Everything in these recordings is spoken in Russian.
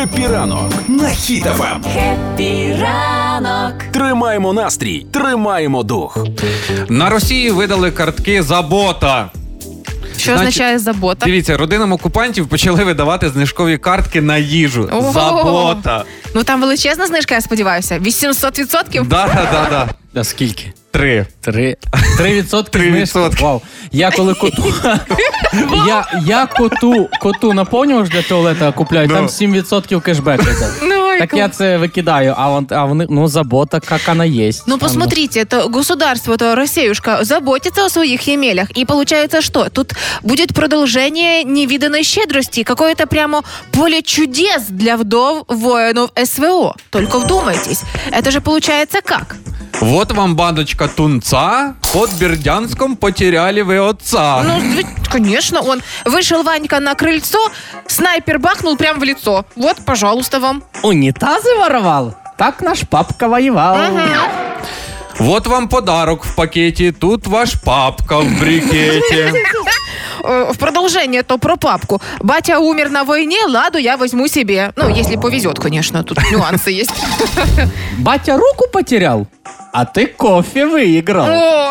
Хеппі ранок на хітафам. Піранок. Тримаємо настрій, тримаємо дух. На Росії видали картки за бота. Що Значить, означає забота? Дивіться, родинам окупантів почали видавати знижкові картки на їжу. Ого! За бота. Ну там величезна знижка, я а сподіваюся. 800%? Да, да, да, да. А скільки? Три. Три. Три відсотки. Три знижки? відсотки. Вау. Я коли коту. я, я коту, коту наповнювач для туалета купляю, Ну. там 7% кешбек. іде. Ну, ой, так клас. я це викидаю, а, вон, а вони, ну, забота, як вона є. Ну, посмотрите, то государство, то Россиюшка заботится о своих емелях. И получается что? Тут будет продолжение невиданной щедрости. Какое-то прямо поле чудес для вдов воинов СВО. Только вдумайтесь. Это же получается как? Вот вам баночка тунца. Под Бердянском потеряли ви А. отца. Ну, ведь, конечно, он вышел Ванька на крыльцо, снайпер бахнул прямо в лицо. Вот, пожалуйста, вам. Унітази воровал? Так наш папка воював. Вот вам подарок в пакеті. Тут ваш папка в брикеті. Э, В продолжение то про папку. Батя умер на войне, ладу я возьму себе. Ну, если повезет, конечно, тут нюансы есть. Батя руку потеряв, а ти кофе виграв. О,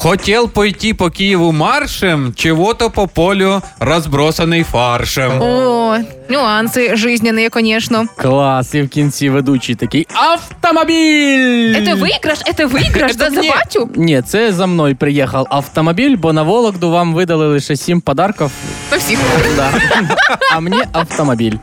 Хотел пойти по Києву маршем, чего-то по полю разбросаний фаршем. О, нюансы жизненные, конечно. Клас, і в кінці ведучий такий автомобіль! Это выигрыш, это выигрыш, да, за батю? Ні, це за мною приїхав автомобіль, бо на Вологду вам видали лише сім подарків. На всіх. Да. А мені автомобіль.